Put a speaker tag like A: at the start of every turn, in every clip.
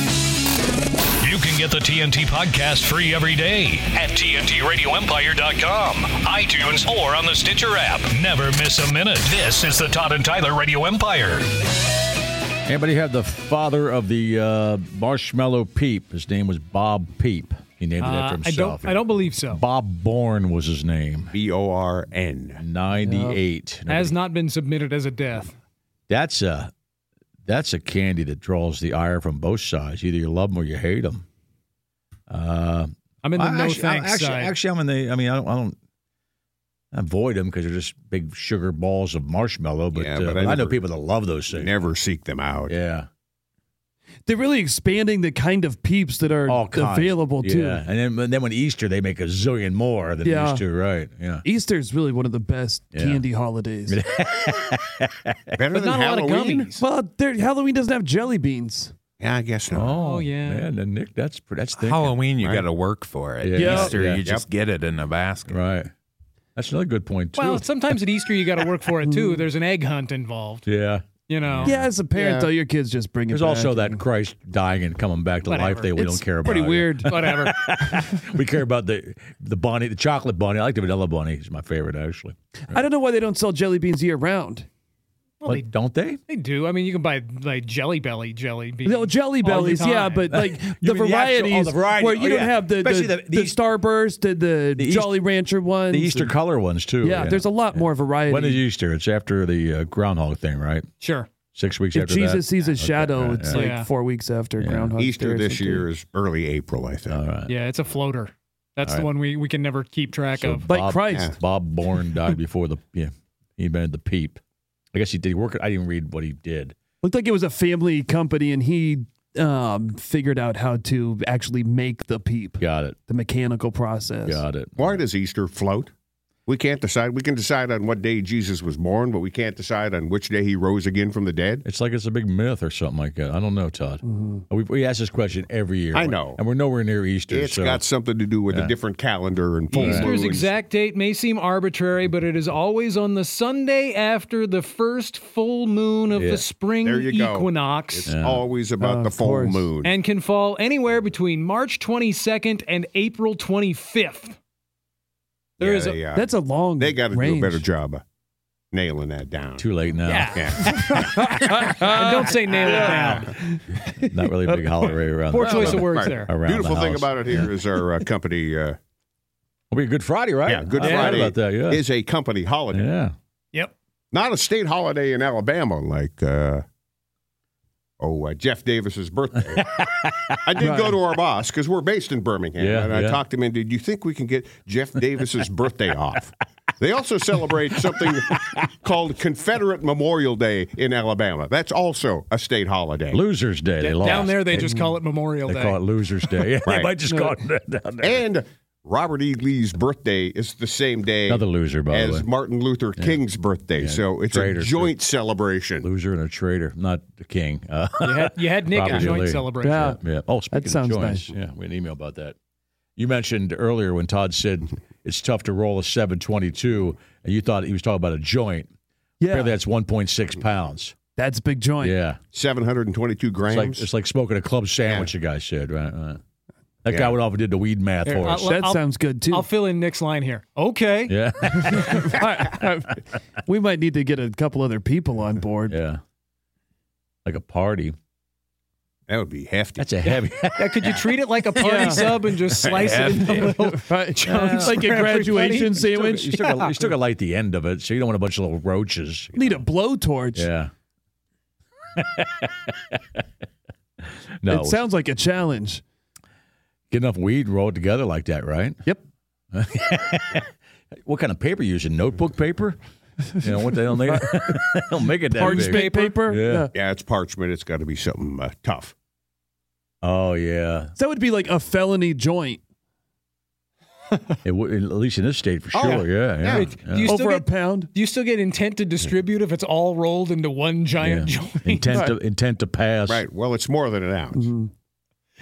A: You can get the TNT podcast free every day at TNTRadioEmpire.com, iTunes, or on the Stitcher app. Never miss a minute. This is the Todd and Tyler Radio Empire.
B: Anybody have the father of the uh, marshmallow peep? His name was Bob Peep. He named it after
C: Uh, I
B: himself.
C: don't. I don't believe so.
B: Bob Bourne was his name.
D: B O R N.
B: 98.
C: Has not been submitted as a death.
B: That's a that's a candy that draws the ire from both sides. Either you love them or you hate them. Uh,
C: I'm in the
B: I-
C: no
B: actually, I-
C: thanks
B: actually,
C: side.
B: actually, I'm in the. I mean, I don't. I don't avoid them because they're just big sugar balls of marshmallow. But,
D: Yeah,
B: uh,
D: but I
B: I, know
D: never-
B: people that love those things.
D: Never seek them out.
B: Yeah.
E: They're really expanding the kind of peeps that are
B: All kinds.
E: available
B: yeah.
E: too.
B: And then, and then when Easter, they make a zillion more than
E: Yeah.
B: Easter, right? Yeah.
E: Easter is really one of the best
B: Yeah.
E: candy holidays.
D: Better
C: But
D: than
C: not a lot of
D: Halloween.
C: gummies.
E: well, there- Halloween doesn't have jelly beans.
D: yeah, I guess not.
C: Oh, yeah.
B: Man, and Nick, that's pr- that's thinking.
F: Halloween, you
D: Right.
F: got to work for it.
B: Yeah.
F: Easter,
B: Yeah.
F: you just get it in a basket.
B: Right. That's another good point too.
C: well, sometimes at Easter you got to work for it too. There's an egg hunt involved.
B: yeah.
C: You know.
E: Mm. Yeah, as a parent though, your kids just bring it.
B: There's
E: back
B: also that
E: and-
B: Christ dying and coming back to life
C: Whatever.
B: that we
E: It's
B: don't care about.
E: pretty weird.
C: Whatever.
B: we care about the the bunny, the chocolate bunny. I like the vanilla bunny. It's my favorite actually.
E: I don't know why they don't sell jelly beans year round.
C: Well, they,
B: But don't they?
C: they do. I mean, you can buy like Jelly Belly jelly beans.
E: No, jelly
C: all the
E: bellies, yeah,
C: time.
E: but like
B: You
E: the
B: mean the actual-
E: varieties
B: oh, the variety.
E: where you
B: Oh,
E: don't
B: yeah.
E: have the the,
B: Especially the-
E: the,
B: the East-
E: Starburst, the, the,
B: The East-
E: Jolly Rancher ones.
B: The Easter
E: and-
B: color ones too.
E: yeah, there's a lot more variety.
B: When is Easter? It's after the uh, groundhog thing, right?
C: sure.
B: Six weeks
E: if
B: after
E: Jesus
B: that.
E: sees a shadow,
B: yeah,
E: it's
B: yeah.
E: like
C: Yeah.
E: four weeks after Groundhog Day
D: Easter
E: or
D: this
E: something.
D: year is early April, I think.
B: All right.
C: Yeah, it's a floater. That's
B: All
C: the
B: right.
C: one we, we can never keep track
B: So
C: of.
E: Like
B: Bob-
E: Christ.
B: Bob Bourne died before the yeah. He invented the peep. I guess he did work. I didn't read what he did.
E: Looked like it was a family company, and he um, figured out how to actually make the peep,
B: Got it.
E: the mechanical process.
B: Got it.
D: Why does Easter float? We can't decide. We can decide on what day Jesus was born, but we can't decide on which day he rose again from the dead.
B: It's like it's a big myth or something like that. I don't know, Todd.
E: Mm-hmm.
B: We, we ask this question every year.
D: I know.
B: and we're nowhere near Easter.
D: It's
B: so
D: got something to do with a different calendar and full moon.
C: Easter's exact date may seem arbitrary, but it is always on the Sunday after the first full moon of
B: Yeah.
C: the spring
D: There you go.
C: equinox.
D: It's always about
E: Oh,
D: the
E: of
D: full
E: course.
D: moon.
C: and can fall anywhere between March 22nd and April 25th. There
D: Yeah,
C: is
D: they,
C: a
D: uh,
E: That's a long.
D: they got to do a
E: range.
D: better job of nailing that down.
B: too late now.
C: yeah.
D: Yeah.
C: and don't say nail it down.
B: Not really a big holiday around.
C: Poor
B: the-
C: choice of words
D: Right.
C: there.
B: Around
D: Beautiful
B: the
D: thing
B: house.
D: about it here is our uh, company. Uh,
B: It'll be a Good Friday, right?
D: yeah, Good
B: I forgot
D: Friday
B: about that. Yeah.
D: is a company holiday,
B: yeah.
C: Yep.
D: not a state holiday in Alabama like. Uh, Oh, uh, Jeff Davis's birthday. I did go to our boss because we're based in Birmingham,
B: Yeah,
D: and I
B: yeah.
D: talked to him. and Did you think we can get Jeff Davis's birthday off? They also celebrate something called Confederate Memorial Day in Alabama. That's also a state holiday.
B: Losers Day. They lost.
C: Down there, they just call it Memorial
B: they
C: Day.
B: call it Losers Day. Yeah, They
D: Right.
B: might just call it that down there.
D: And Robert E. Lee's birthday is the same day
B: Another loser, by the way.
D: as Martin Luther King's birthday. So it's
B: Traitor,
D: a
B: too.
D: joint celebration.
B: Loser and a traitor, not the king. Uh,
C: You had, you had Nick
B: Robert
C: at
B: E.
C: joint
B: Lee.
C: celebration.
E: Yeah.
B: yeah. Oh, speaking
E: sounds
B: of joints,
E: nice.
B: yeah, we had an email about that. You mentioned earlier when Todd said it's tough to roll a 722, and you thought he was talking about a joint.
E: Yeah,
B: Apparently, that's 1.6 pounds.
E: that's big joint.
B: Yeah.
D: 722
B: It's
D: grams.
B: like, it's like smoking a club sandwich, the guy said, right? right. That guy went off and did the weed math
C: Here,
B: for
C: I'll
B: us.
C: let-
E: That sounds good too.
C: I'll fill in Nick's line here. Okay.
B: yeah.
E: we might need to get a couple other people on board.
B: yeah. Like a party.
D: that would be hefty.
B: That's a heavy.
C: Yeah, could you treat it like a party sub and just slice it into little
E: Right.
C: Yeah.
E: It's like a
C: For everybody.
E: graduation sandwich.
B: you, still got, you still got to light the end of it, so you don't want a bunch of little roaches.
E: Need a blowtorch.
B: Yeah. no.
E: it sounds like a challenge.
B: get enough weed and roll it together like that, right?
E: Yep.
B: What kind of paper you using? Notebook paper? You know what they don't make? they don't make it that
C: Orange
B: big.
C: paper?
B: Yeah.
D: Yeah, it's parchment. It's got to be something uh, tough.
B: Oh yeah.
E: That would be like a felony joint
B: It would, at least in this state for sure.
D: Oh,
B: yeah. Yeah.
D: Yeah.
B: Yeah.
C: Do you still
E: over a
C: get,
E: pound.
C: do you still get intent to distribute if it's all rolled into one giant
B: Yeah.
C: joint?
B: Intent to intent to pass.
D: Right. Well, it's more than an ounce.
C: Mm-hmm.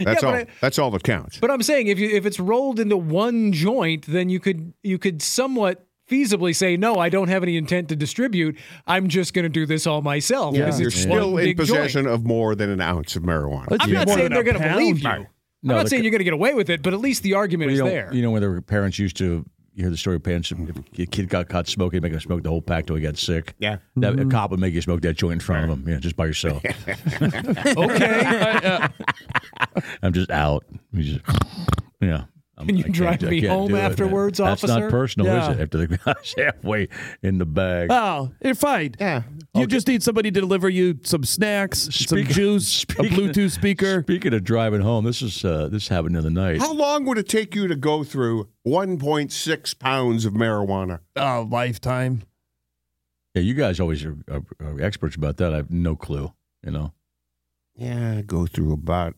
C: Yeah,
D: That's
C: but
D: all.
C: I-
D: That's all that counts.
C: But I'm saying if you if it's rolled into one joint, then you could you could somewhat feasibly say no, I don't have any intent to distribute. I'm just going to do this all myself.
E: Yeah.
C: because
D: You're
C: it's one
D: still in
C: big joint."
D: possession of more than an ounce of marijuana.
E: Let's
C: I'm
E: be
C: not
E: more
C: saying
E: than
C: they're
E: a
C: going to believe you.
E: pound.
B: No,
C: I'm not
B: the-
C: saying you're going to get away with it, but at least the argument
B: You
C: is
B: know,
C: there.
B: you know when their parents used to hear the story of parents if a kid got caught smoking, make him smoke the whole pack till he got sick.
D: Mm-hmm. Yeah.
B: That,
C: Mm-hmm.
B: A cop would make you smoke that joint in front of him, yeah, just by yourself.
C: okay, uh,
B: I'm just out. You just- yeah. I'm,
C: Can you
B: I can't-
C: drive
B: I
C: me
B: can't
C: home
B: do it,
C: afterwards,
B: man. That's
C: officer?
B: not personal,
E: Yeah.
B: is it? After the guy's halfway in the bag.
C: Ah,
E: Oh, you're fine.
D: Yeah.
E: You just need somebody to deliver you some snacks, some
B: Speak-
E: juice, a
B: speaking-
E: Bluetooth speaker.
B: Speaking of driving home, this is uh, this happened the other night.
D: How long would it take you to go through 1.6 pounds of marijuana?
E: Oh, lifetime.
B: Yeah, you guys always are, are, are experts about that. I have no clue. You know,
D: Yeah, go through about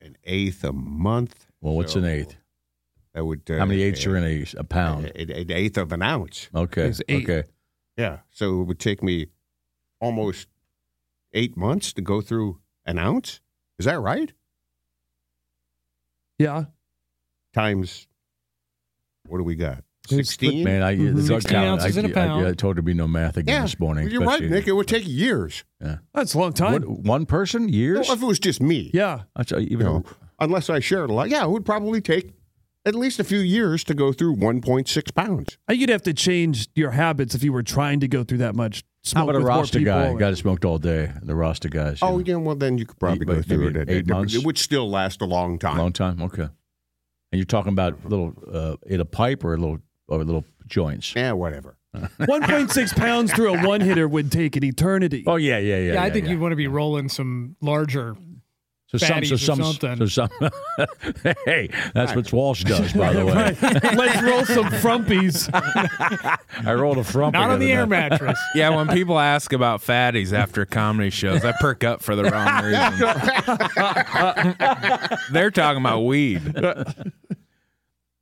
D: an eighth a month.
B: well, what's an
D: So,
B: eighth?
D: That would uh,
B: How many eighths are in a, a pound?
D: An, an eighth of an ounce.
B: Okay,
E: It's eight.
B: okay.
D: Yeah. So it would take me almost eight months to go through an ounce. Is that right?
E: Yeah.
D: Times what do we got?
E: It's-
D: Sixteen.
B: Man, I the drug
C: 16
B: count. I,
C: ounces in a
B: I-
C: pound.
B: I, told her to be no math again
D: yeah,
B: this morning.
D: You're right,
B: especially-
D: Nick. It would take years.
E: That's a long time.
B: What, one person years?
D: Well, if it was just me,
E: yeah.
B: That's, uh,
D: you
B: even
D: know, unless I shared a lot, yeah, it would probably take at least a few years to go through 1.6 pounds.
E: Uh, You'd have to change your habits if you were trying to go through that much. Smoke
B: how about a
E: with more
B: Rasta
E: people
B: guy?
E: and-
B: Guy that smoked all day. The Rasta guys. you
D: Oh,
B: know,
D: yeah. Well, then you could probably
B: Eight-
D: go
B: maybe
D: through it. at-
B: eight
D: it,
B: months?
D: would still last a long time.
B: long time. Okay. And you're talking about little uh, in a pipe or a little or little joints.
D: Yeah, whatever.
E: 1.6 pounds through a one hitter would take an eternity.
B: Oh yeah, yeah, yeah.
C: yeah, I think you'd want to be rolling some larger.
B: So some, so
C: fatties or
B: some,
C: something.
B: so some. hey, that's what Walsh does, by the way.
E: Let's roll some frumpies.
B: I rolled a frump.
C: Not on
B: other
C: the air
B: night.
C: mattress.
F: Yeah, when people ask about fatties after comedy shows, I perk up for the wrong reason. They're talking about weed.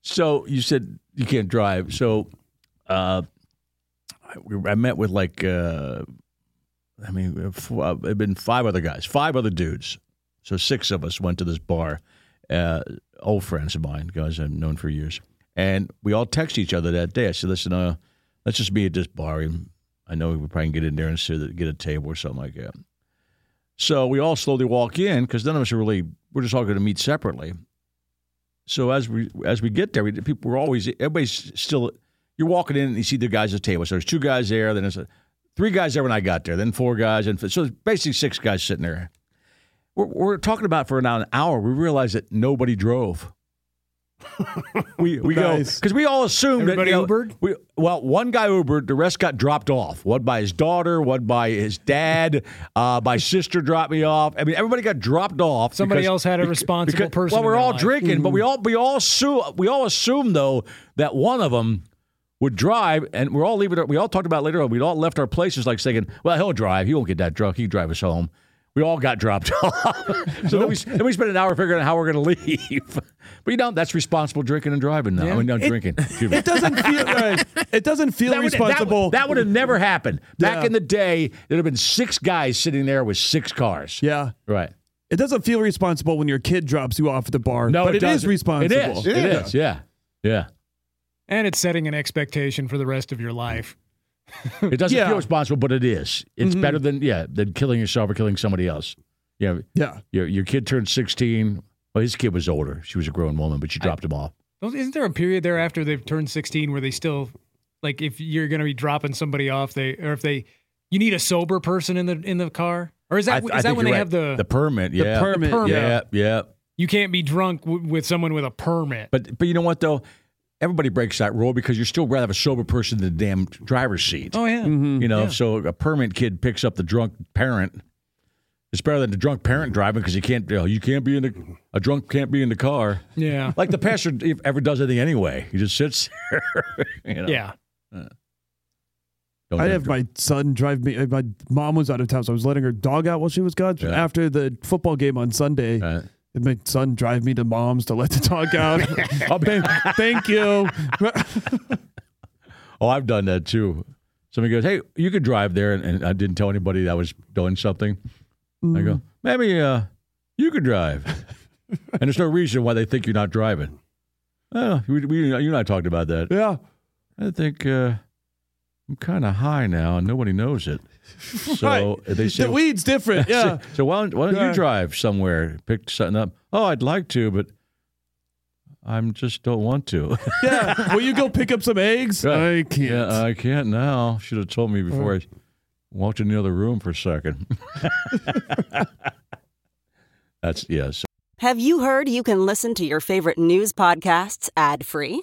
B: So you said you can't drive. So uh, I, I met with like, uh, I mean, f- uh, it'd been five other guys, five other dudes. So six of us went to this bar. Uh, old friends of mine, guys I've known for years, and we all text each other that day. I said, "Listen, uh, let's just be at this bar, and I know we probably can get in there and sit, at- get a table or something like that." So we all slowly walk in because none of us are really. We're just all going to meet separately. So as we as we get there, we, people were always everybody's still. You're walking in and you see the guys at the table. So there's two guys there. Then there's uh, three guys there when I got there. Then four guys, and so it's basically six guys sitting there. We're, we're talking about for now an hour. We realized that nobody drove. we we
E: Nice.
B: go because we all assumed
C: Everybody
B: that, you know,
C: Ubered?
B: We, well, one guy Ubered. The rest got dropped off. One by his daughter. One by his dad. uh, my sister dropped me off. I mean, everybody got dropped off.
C: Somebody
B: because-
C: else had a
B: bec-
C: responsible person
B: Well,
C: in
B: we're
C: their
B: all
C: life. Mm-hmm.
B: drinking, but we all we all assume we all assume though that one of them would drive, and we're all leaving. We all talked about later on. We'd all left our places like thinking, "Well, he'll drive. He won't get that drunk. He can drive us home." We all got dropped off. so then, we, then we spent an hour figuring out how we're going to leave. but you know, that's responsible drinking and driving now. I mean, no, drinking. Excuse me.
E: It doesn't feel right. It doesn't feel
B: That would- that would-
E: responsible.
B: That would have never happened. Back
E: Yeah.
B: in the day, there'd have been six guys sitting there with six cars.
E: yeah.
B: Right.
E: It doesn't feel responsible when your kid drops you off at the bar.
B: No,
E: but
B: it,
E: it is
B: doesn't.
E: responsible.
B: It is. It
D: Yeah.
B: is. Yeah. Yeah.
C: And it's setting an expectation for the rest of your life.
B: It doesn't
E: Yeah.
B: feel responsible, but it is. It's better than yeah than killing yourself or killing somebody else. You know,
E: Yeah.
B: your your kid turned sixteen. Well, his kid was older. She was a grown woman, but she dropped him off.
C: Don't- Isn't there a period there after they've turned 16 where they still, like, if you're going to be dropping somebody off, they or if they, you need a sober person in the in the car, or is
B: I
C: that
B: th-
C: is
B: I
C: that
B: think
C: when they
B: you're right.
C: have the,
B: the permit?
E: The
B: Yeah,
E: permit.
C: permit?
B: Yeah, yeah.
C: You can't be drunk w- with someone with a permit.
B: But but you know what though, everybody breaks that rule because you're still rather have a sober person in the damn driver's seat.
C: oh yeah,
B: you know, so a permit kid picks up the drunk parent. It's better than the drunk parent driving because you can't you, know, you can't be in the a drunk can't be in the car.
C: yeah,
B: Like the pastor if- ever does anything anyway. He just sits there. you know.
C: yeah.
B: Don't
E: I'd
B: have
E: have
B: dr-
E: my son drive me. uh, My mom was out of town, so I was letting her dog out while she was gone.
B: Yeah.
E: After the football game on Sunday,
B: Right.
E: and my son drive me to mom's to let the dog out. oh, babe, thank you.
B: Oh, I've done that too. Somebody goes, "Hey, you could drive there," and, and I didn't tell anybody I was doing something. I go, "Maybe uh, you could drive," and there's no reason why they think you're not driving. Oh, we, we, you and I talked about that.
E: yeah.
B: I think uh, I'm kind of high now, and nobody knows it. So uh,
E: Right.
B: they say,
E: the weed's different. Yeah.
B: so, why don't, why don't
E: Yeah.
B: you drive somewhere, pick something up? Oh, I'd like to, but I'm just don't want to.
E: yeah. Will you go pick up some eggs?
B: Right.
E: I can't. Uh.
B: Yeah, uh, I can't now. Should have told me before I walked in the other room for a second. That's yes.
G: Have you heard you can listen to your favorite news podcasts ad free?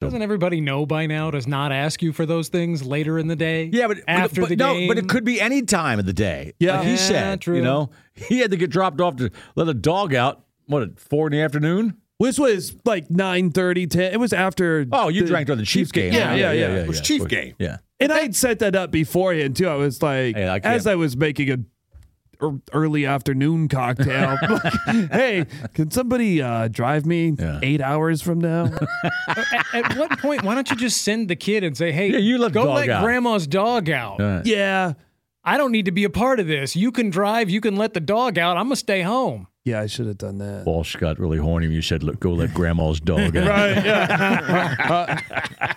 C: Doesn't everybody know by now to not ask you for those things later in the day?
B: Yeah, but
C: after
B: but,
C: the
B: no,
C: game,
B: but it could be any time of the day.
E: Yeah.
B: like he
C: Yeah,
B: said.
C: true.
B: You know, he had to get dropped off to let a dog out. What at four in the afternoon?
E: This was like 9 10. It was after.
B: Oh, you
E: the
B: drank during the Chiefs game.
E: Yeah, yeah, yeah.
D: It was
B: yeah.
D: Chief game.
B: Yeah,
E: And I had set that up beforehand, too. I was like,
B: Hey, I can't-
E: as I was making a er- early afternoon cocktail like, hey can somebody uh, drive me
B: Yeah.
E: eight hours from now
C: at, at what point? Why don't you just send the kid and say, "Hey,
B: Yeah, you let the
C: go
B: dog
C: let
B: out."
C: grandma's dog out.
B: All right.
E: yeah
C: I don't need to be a part of this. You can drive. You can let the dog out. I'm gonna stay home."
E: yeah i should have done that
B: Walsh got really horny when you said, "Look, go let Grandma's dog out."
E: Right.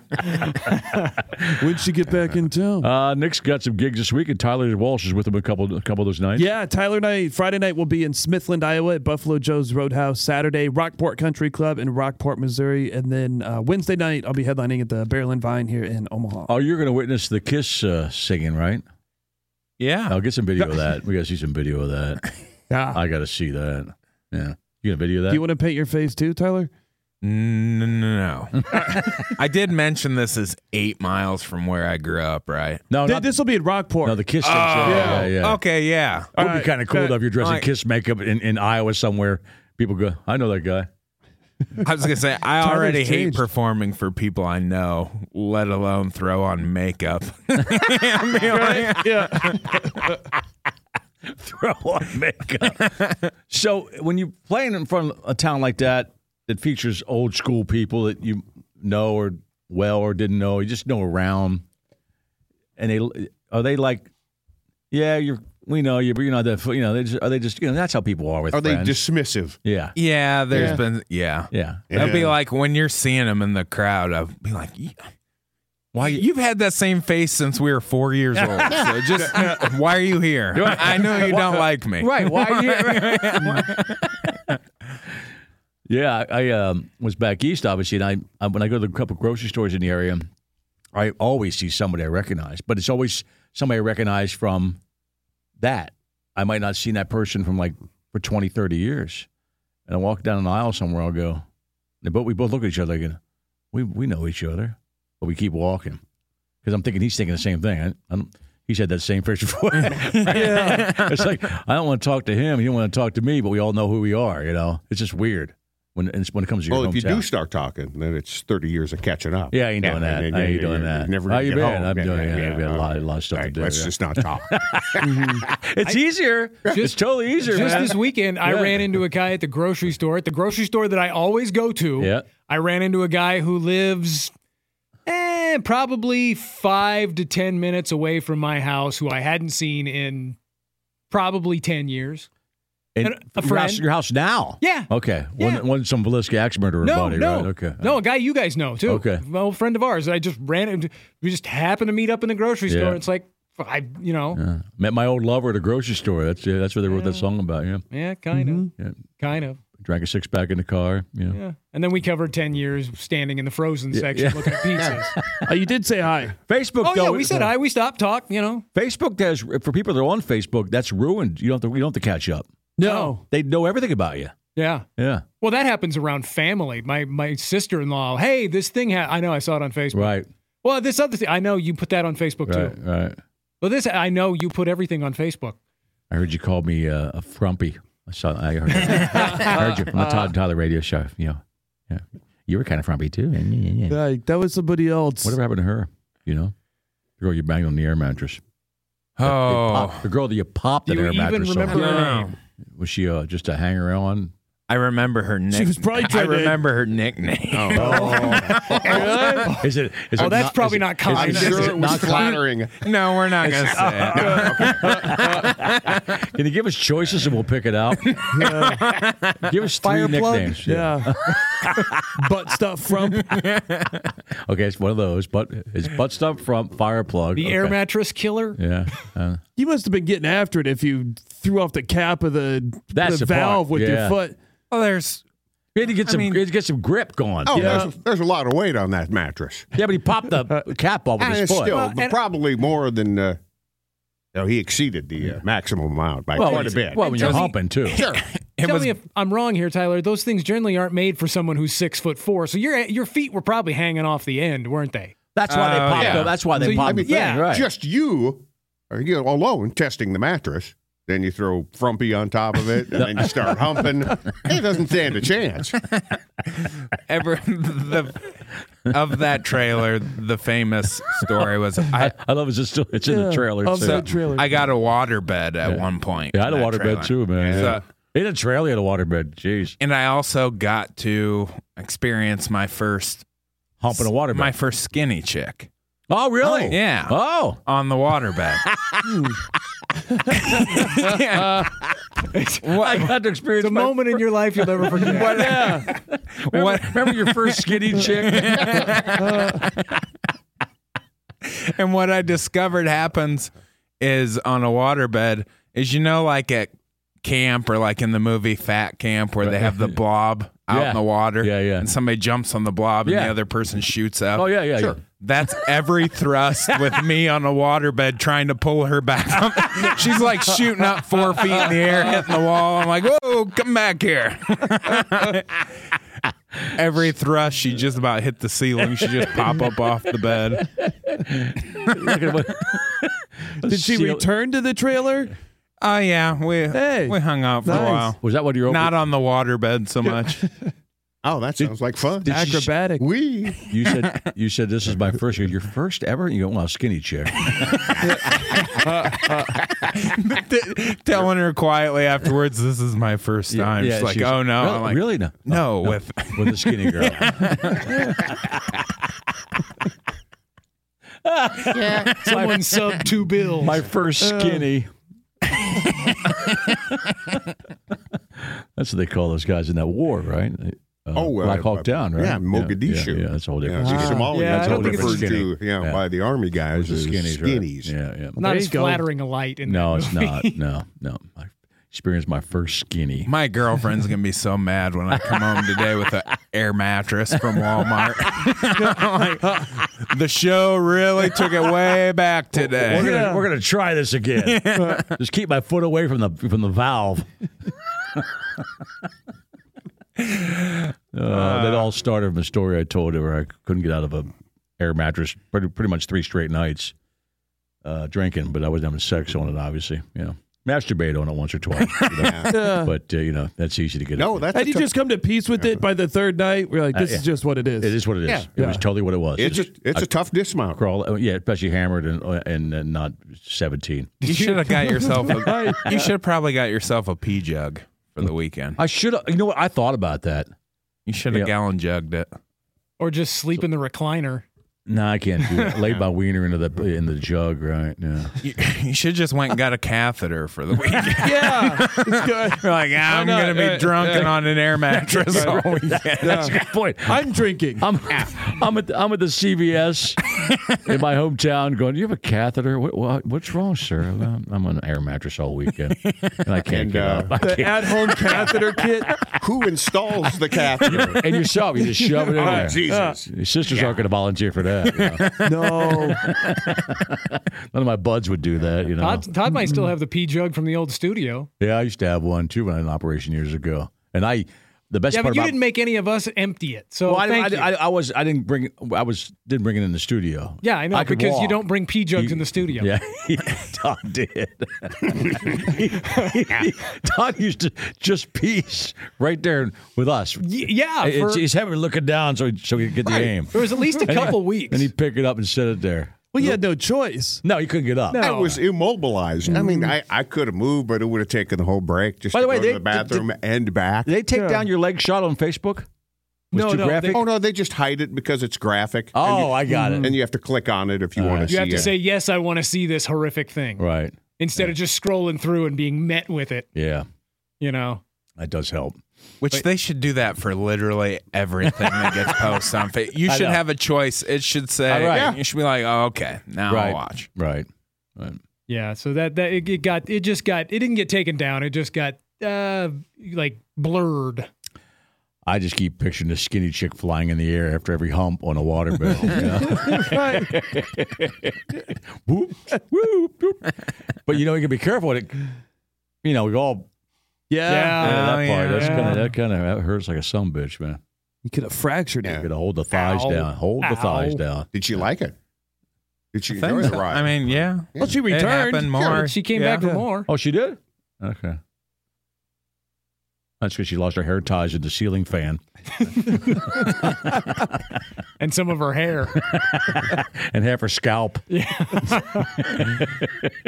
E: When'd she get back in town?
B: Uh, Nick's got some gigs this week, and Tyler Walsh is with him a couple a couple of those nights.
E: yeah, Tyler and I, Friday night, will be in Smithland, Iowa at Buffalo Joe's Roadhouse. Saturday, Rockport Country Club in Rockport, Missouri. And then uh, Wednesday night, I'll be headlining at the Barrel and Vine here in Omaha.
B: Oh, you're going to witness the Kiss uh, singing, right?
E: Ah.
F: Yeah.
B: I'll get some video of that. We got to see some video of that.
E: yeah.
B: I got to see that. Yeah. You going to video that?
E: Do you want to paint your face too, Tyler?
F: No, no, no. I did mention this is eight miles from where I grew up, right?
B: no,
E: Th-
B: Oh, not,
E: this Ah. Oh, will be in Rockport.
B: no, the Kiss thing.
F: Oh.
B: yeah, yeah, yeah.
F: Okay, yeah.
B: It would
E: All
B: be
E: right.
B: kind of cool, though, if you're dressed
F: All
B: in
F: right.
B: Kiss makeup in, in Iowa somewhere. People go, I know that guy.
F: I was gonna say I
E: Tyler's
F: already hate
E: changed.
F: performing for people I know, let alone throw on makeup. I mean, like-
E: yeah.
B: Throw on makeup. so when you're playing in front of a town like that that features old school people that you know or well or didn't know, you just know around, and they are they like, yeah, you're. We know you, but you're not that. You know, they just, are they just? You know, that's how people are with
D: Are they
B: friends.
D: dismissive?
B: Yeah,
F: yeah, there's
D: Yeah.
F: been yeah.
B: yeah.
F: It'll be
D: Yeah.
F: like when you're seeing them in the crowd, I'll be like, "Y- "Why you've had that same face since we were four years old? So just why are you here? I know you don't like me,
B: Right. Why? Are yeah, I um, was back east, obviously, and I, I when I go to a couple grocery stores in the area, I always see somebody I recognize, but it's always somebody I recognize from that. I might not seen that person from like for 20, 30 years, and I walk down an aisle somewhere. I'll go, but we both look at each other again. We we know each other, but we keep walking because I'm thinking he's thinking the same thing. I, I don't, he's had that same face before. It's like I don't want to talk to him. He don't want to talk to me. But we all know who we are. You know, it's just weird when and it's- when it comes to your
D: Well, if you
B: hometown.
D: do start talking, then it's 30 years of catching up.
B: Yeah, I ain't doing that.
D: and-
B: I
D: and-
B: ain't
D: and-
B: doing
D: and
B: that.
D: Never
B: How
D: gonna
B: you
D: get
B: been?
D: home.
B: I'm doing- yeah, we got a lot-
D: all
B: lot of stuff to
D: right,
B: do,
D: Let's
B: yeah. Oh,
D: just not talk.
B: it's easier. it's totally easier.
C: Just
B: man.
C: this weekend, I
B: Yeah.
C: ran into a guy at the grocery store. At the grocery store that I always go to,
B: Yeah.
C: I ran into a guy who lives eh, eh, probably five to 10 minutes away from my house, who I hadn't seen in probably 10 years.
B: And
C: And a
B: your, house,
C: friend.
B: your house now?
C: Yeah.
B: Okay.
C: Yeah.
B: One, one some Velisca axe murderer
C: No,
B: body,
C: no,
B: right? Okay.
C: no, a guy you guys know too.
B: Okay.
C: Well, a friend of ours. I just ran it. We just happened to meet up in the grocery
B: Yeah.
C: store. And it's like, I, you know,
B: Yeah. Uh, Met my old lover at a grocery store. That's yeah, that's what they wrote
C: Mm.
B: that song about. Yeah. Mm-hmm.
C: yeah, kind of,
B: yeah.
C: kind of.
B: Drank a six pack in the car. Yeah.
C: Yeah. And then we covered 10 years standing in the frozen section
B: yeah.
C: looking at pizzas.
E: Oh, you did say hi.
B: Facebook.
C: oh,
B: though, uh,
C: yeah. We said hi. We stopped, talk, you know.
B: Facebook does for people that are on Facebook. That's ruined. You don't have to. You don't have to catch up.
E: No.
B: They know everything about you.
C: Oh, Yeah.
B: Yeah.
C: Well, that happens around family. My my sister in law, hey, this thing, ha- I know I saw it on Facebook.
B: Right.
C: Well, this other thing, I know you put that on Facebook
B: Right.
C: too.
B: Right.
C: Well, this, I know you put everything on Facebook.
B: I heard you call me uh, a frumpy. I saw. I heard. I heard you from the Todd and Tyler radio show. You know. Yeah. You were kind of frumpy too. Yeah, yeah, yeah.
E: Like, that was somebody else.
B: Whatever happened to her? You know. The girl you banged on the air mattress. They
F: Oh,
B: popped- the girl that you popped
C: Do
B: an
C: you
B: air
C: even
B: mattress on.
C: remember her name?
B: Was she uh, just a hanger on?
F: I remember her nickname.
E: was probably
F: I
E: trying to-
F: remember her nickname.
D: Oh.
B: Is it? Is
C: Oh,
B: it
C: that's
B: not-
C: probably
B: is it-
C: not
B: is it-
C: common.
D: I'm
B: is
D: sure
B: it
D: it
B: not
D: was flattering.
F: no, we're not gonna say it.
B: Can you give us choices and we'll pick it out? Give us three
C: Fireplug?
B: nicknames.
E: Yeah. Butt stuff from.
B: Okay, it's one of those. But it's butt stuff from fireplug.
C: The
B: okay.
C: air mattress killer.
B: Yeah, uh,
E: You must have been getting after it if you threw off the cap of the,
B: That's
E: the
B: the part,
E: valve with your
B: yeah.
E: foot.
F: Well, there's
B: we had to get some.
F: mean-
B: we had to get some grip going.
D: Oh,
B: yeah.
D: there's, there's a lot of weight on that mattress.
B: yeah, but he popped the cap off with
D: And
B: his
D: it's
B: foot.
D: still,
C: Well,
D: but
C: and-
D: probably more than. Uh, no, he exceeded the uh, maximum amount by
B: well,
D: quite a bit.
B: Well, when you're
F: Does he-
B: humping too.
D: sure.
F: it
C: Tell
F: was
C: me if I'm wrong here, Tyler. Those things generally aren't made for someone who's six foot four. So your your feet were probably hanging off the end, weren't they?
B: That's why they
F: Oh,
B: popped.
D: yeah.
B: The, that's why
C: Uh, So
B: they
C: you-
B: popped.
C: I mean,
B: the thing,
C: yeah,
B: right.
D: Just you, or you alone testing the mattress. Then you throw Frumpy on top of it, and then you start humping. It doesn't stand a chance.
F: ever the of that trailer. The famous story was I.
B: I love it's just still it's in the
E: Yeah,
B: trailer
E: of
B: too.
E: the trailer.
F: I got a waterbed at one point.
B: yeah, I had a
F: in that
B: waterbed
F: trailer.
B: too, man.
F: So-
B: Yeah. In a trailer, you had a waterbed. Jeez,
F: and I also got to experience my first
B: humping a waterbed.
F: my first skinny chick
B: oh, really?
F: Oh. Yeah.
B: Oh,
F: on the waterbed.
B: Uh,
F: yeah.
B: I
F: what,
B: got to experience
C: The
B: my-
C: moment in your life you'll never forget.
F: what,
B: Remember your first skinny chick?
F: and what I discovered happens is on a waterbed is you know like at camp or like in the movie Fat Camp where they have the blob out
B: Yeah.
F: in the water
B: Yeah, yeah.
F: and somebody jumps on the blob
B: Yeah.
F: and the other person shoots up.
B: Oh yeah, yeah, yeah.
F: That's every thrust with me on a waterbed trying to pull her back up. She's like shooting up four feet in the air, hitting the wall. I'm like, whoa, come back here. every thrust, she just about hit the ceiling. She just pop up off the bed.
E: Did she
B: Seal-
E: return to the trailer?
F: Oh yeah, we
E: Hey.
F: we hung out for
E: Nice.
F: a while.
B: Was that what you're
F: Not on the waterbed so much.
D: Oh, that sounds like fun.
B: Did she-
E: Acrobatic.
D: We
B: You said you said this is my first year. Your first ever? You go, well, skinny chick.
F: T- Telling her quietly afterwards, this is my first time. she's like,
B: she's-
F: oh no,
B: Really,
F: I'm like,
B: really no.
F: no, with
B: With a skinny girl.
C: Someone sub two bills. Uh.
B: my first skinny. that's what they call those guys in that war, right? Uh,
D: Oh, uh,
B: Black Hawk
D: uh,
B: Down, right?
D: yeah, Mogadishu.
B: Yeah, yeah, that's a whole
D: yeah,
B: different.
D: see,
B: story.
D: Somalia
C: Yeah, I
D: that's
C: don't think
D: referred
C: it's
D: to
B: skinny.
D: you know,
B: Yeah.
D: by the army guys
B: Those
D: as
B: are
D: skinnies.
B: skinnies, right? Yeah, yeah.
C: Not
E: There
C: as
E: you go.
C: flattering a light in
B: No,
C: that
B: it's
C: movie.
B: not. No, no. I experienced my first skinny.
F: my girlfriend's gonna be so mad when I come home today with an air mattress from Walmart. I'm like, the show really took it way back
B: We're
F: today.
B: gonna, we're gonna try this again. Just keep my foot away from the from the valve. uh, that all started from a story I told her. I couldn't get out of a air mattress pretty, pretty much three straight nights uh, drinking, but I wasn't having sex on it. Obviously, you know, masturbate on it once or twice. you know. But uh, you know, that's easy to get.
D: No,
B: that
D: that's
E: And
D: a
E: you
D: tough-
E: just come to peace with it by the third night. We're like, this
B: Uh, yeah.
E: is just what it is.
B: it is what it is.
D: Yeah.
B: It was totally what it was.
D: it's a,
B: Just
D: it's
B: a
D: a tough dismount.
B: crawl. oh, Yeah, especially hammered and uh, and, and not seventeen.
F: You should have got yourself. A, you should have probably got yourself a pee jug for the weekend.
B: I should. have You know what? I thought about that.
F: You should have
B: Yeah.
F: gallon jugged it.
C: Or just sleep in the recliner.
B: No, I can't do that. Laid my wiener into the in the jug, right? Yeah.
F: You, you should just went and got a catheter for the weekend.
E: Yeah, it's good.
F: You're like, I'm
E: know,
F: going to be
E: uh,
F: drunk
E: uh,
F: and on an air mattress all weekend.
B: That's a good point.
E: I'm drinking.
B: I'm I'm at the, I'm at the CVS in my hometown, going. Do you have a catheter? What, what what's wrong, sir? I'm, I'm on an air mattress all weekend, and I can't
D: And,
B: get
D: uh,
B: up. I
E: The
B: can't.
E: at-home catheter kit.
D: Who installs the catheter?
B: And yourself, you just shove it in
D: Oh,
B: there.
D: Jesus.
B: Your sisters aren't going to volunteer for that. you know.
E: No,
B: None of my buds would do that. You know.
C: Todd, Todd might
B: Mm-hmm.
C: still have the pee jug from the old studio.
B: Yeah, I used to have one too when I had an operation years ago, and I the best
C: Yeah,
B: part
C: but you
B: about
C: didn't make any of us empty it. So
B: well, I,
C: thank
B: I,
C: you.
B: I, I was I didn't bring I was didn't bring it in the studio.
C: yeah, I know
B: could
C: because you
B: walk.
C: don't bring pee jugs in the studio.
B: Yeah, Todd did. Todd used to just piece right there with us.
C: Y- yeah,
B: It's-
C: for-
B: he's having looking down so he, so he could get the aim.
C: There was at least a couple weeks.
B: And he'd pick it up and set it there.
E: well, you had no choice.
B: No, he couldn't get up.
D: I was immobilized. I mean, I, I could have moved, but it would have taken the whole break just
B: By
D: to
B: the way,
D: go to
B: they-
D: the bathroom
B: did-
D: and back.
B: Did they take down your leg shot on Facebook? Was
C: No,
B: too
C: no,
B: graphic?
D: oh, no, they just hide it because it's graphic.
B: Oh,
D: and you-
B: I got it.
D: And you have to click on it if you
B: All
D: want
B: right.
D: to
C: you
D: see
C: have to
D: it.
C: say yes. I want to see this horrific thing
B: Right.
C: instead of just scrolling through and being met with it.
B: Yeah,
C: You know.
B: that does help.
F: Which they should do that for literally everything that gets posted on Facebook. You
B: I
F: should
B: know.
F: have a choice. It should
B: All
F: say,
B: right. Yeah.
F: you should be like, oh, okay, now
B: right.
F: I'll watch.
B: Right.
C: Yeah. So that that it, it got it just got it didn't get taken down. It just got uh like blurred.
B: I just keep picturing the skinny chick flying in the air after every hump on a water bill. you know? Whoop, whoop, whoop. But you know, you can be careful with it. You know, we all Uh,
E: Yeah,
B: yeah,
C: Oh,
B: that
F: yeah.
B: part. That's kind of that kind of that hurts like a some bitch, man.
E: you could have fractured
B: You
E: it.
B: gotta hold the thighs
C: Ow.
B: down. Hold
C: Ow.
B: the thighs down.
D: Did you like it? Did you enjoy
F: Things-
D: the ride?
F: I mean, yeah.
E: Well, she
F: It
E: returned.
F: happened more.
C: She came
F: Yeah.
C: back for more.
B: Oh, she did. Okay. That's because she lost her hair ties in the ceiling fan
C: and some of her hair.
B: and half her scalp. Yeah.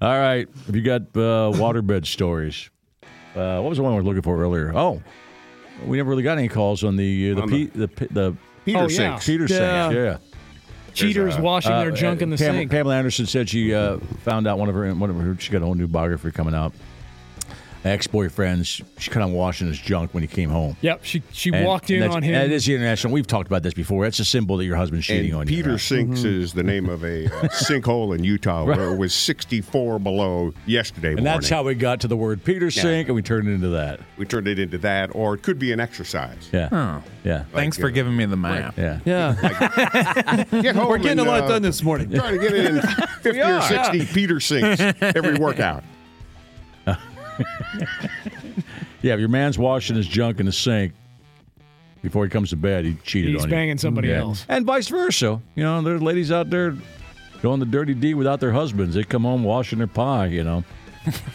B: All right. Have you got uh, waterbed stories? Uh, what was the one we were looking for earlier? Oh, we never really got any calls on the uh, the,
D: On
B: P, the P- the
D: Peter
C: Oh, yeah.
D: sinks.
B: Peter
E: Yeah.
B: sinks. Yeah.
C: Cheaters washing their
B: Uh,
C: junk in the
B: Pam-
C: sink.
B: Pamela Anderson said she uh, found out one of her one of her she got a whole new biography coming out. Ex boyfriends, she kind of washing his junk when he came home.
C: Yep, she she
B: And
C: walked in
B: that's-
C: on
B: And
C: him.
B: it is the international. We've talked about this before. That's a symbol that your husband's cheating
D: And
B: on
D: Peter
B: you. right?
D: Sinks
E: Mm-hmm.
D: is the name of a uh, sinkhole in Utah where it was 64 below yesterday
B: And
D: morning.
B: that's how we got to the word Peter sink, and we turned it into that.
D: we turned it into that, or it could be an exercise.
B: Yeah.
F: Oh.
B: Yeah.
F: Thanks for giving me the map.
B: Yeah.
E: Yeah,
D: Get home
E: we're getting a
D: and,
E: lot
D: uh,
E: done this morning.
D: Trying to get in 50 or 60 Peter Sinks every workout.
B: Yeah. If your man's washing his junk in the sink before he comes to bed, he cheated
C: He's
B: on you.
C: banging somebody
B: Yeah.
C: else.
B: And vice versa. You know, there's ladies out there doing the dirty deed without their husbands. They come home washing their pie, you know.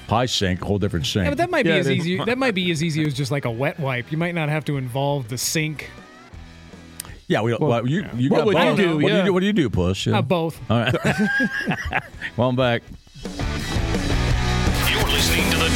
B: pie sink, whole different sink.
C: Yeah, but that might
E: Yeah,
C: be as
E: it is.
C: easy. That might be as easy as just like a wet wipe. You might not have to involve the sink.
B: yeah, we, well, you, you
E: what
B: got
E: would you
B: both.
E: do?
B: What, do you
E: Yeah.
B: do? what do you do, Puss? Yeah.
C: Uh, both.
B: All right. well, I'm back.
A: You're listening to the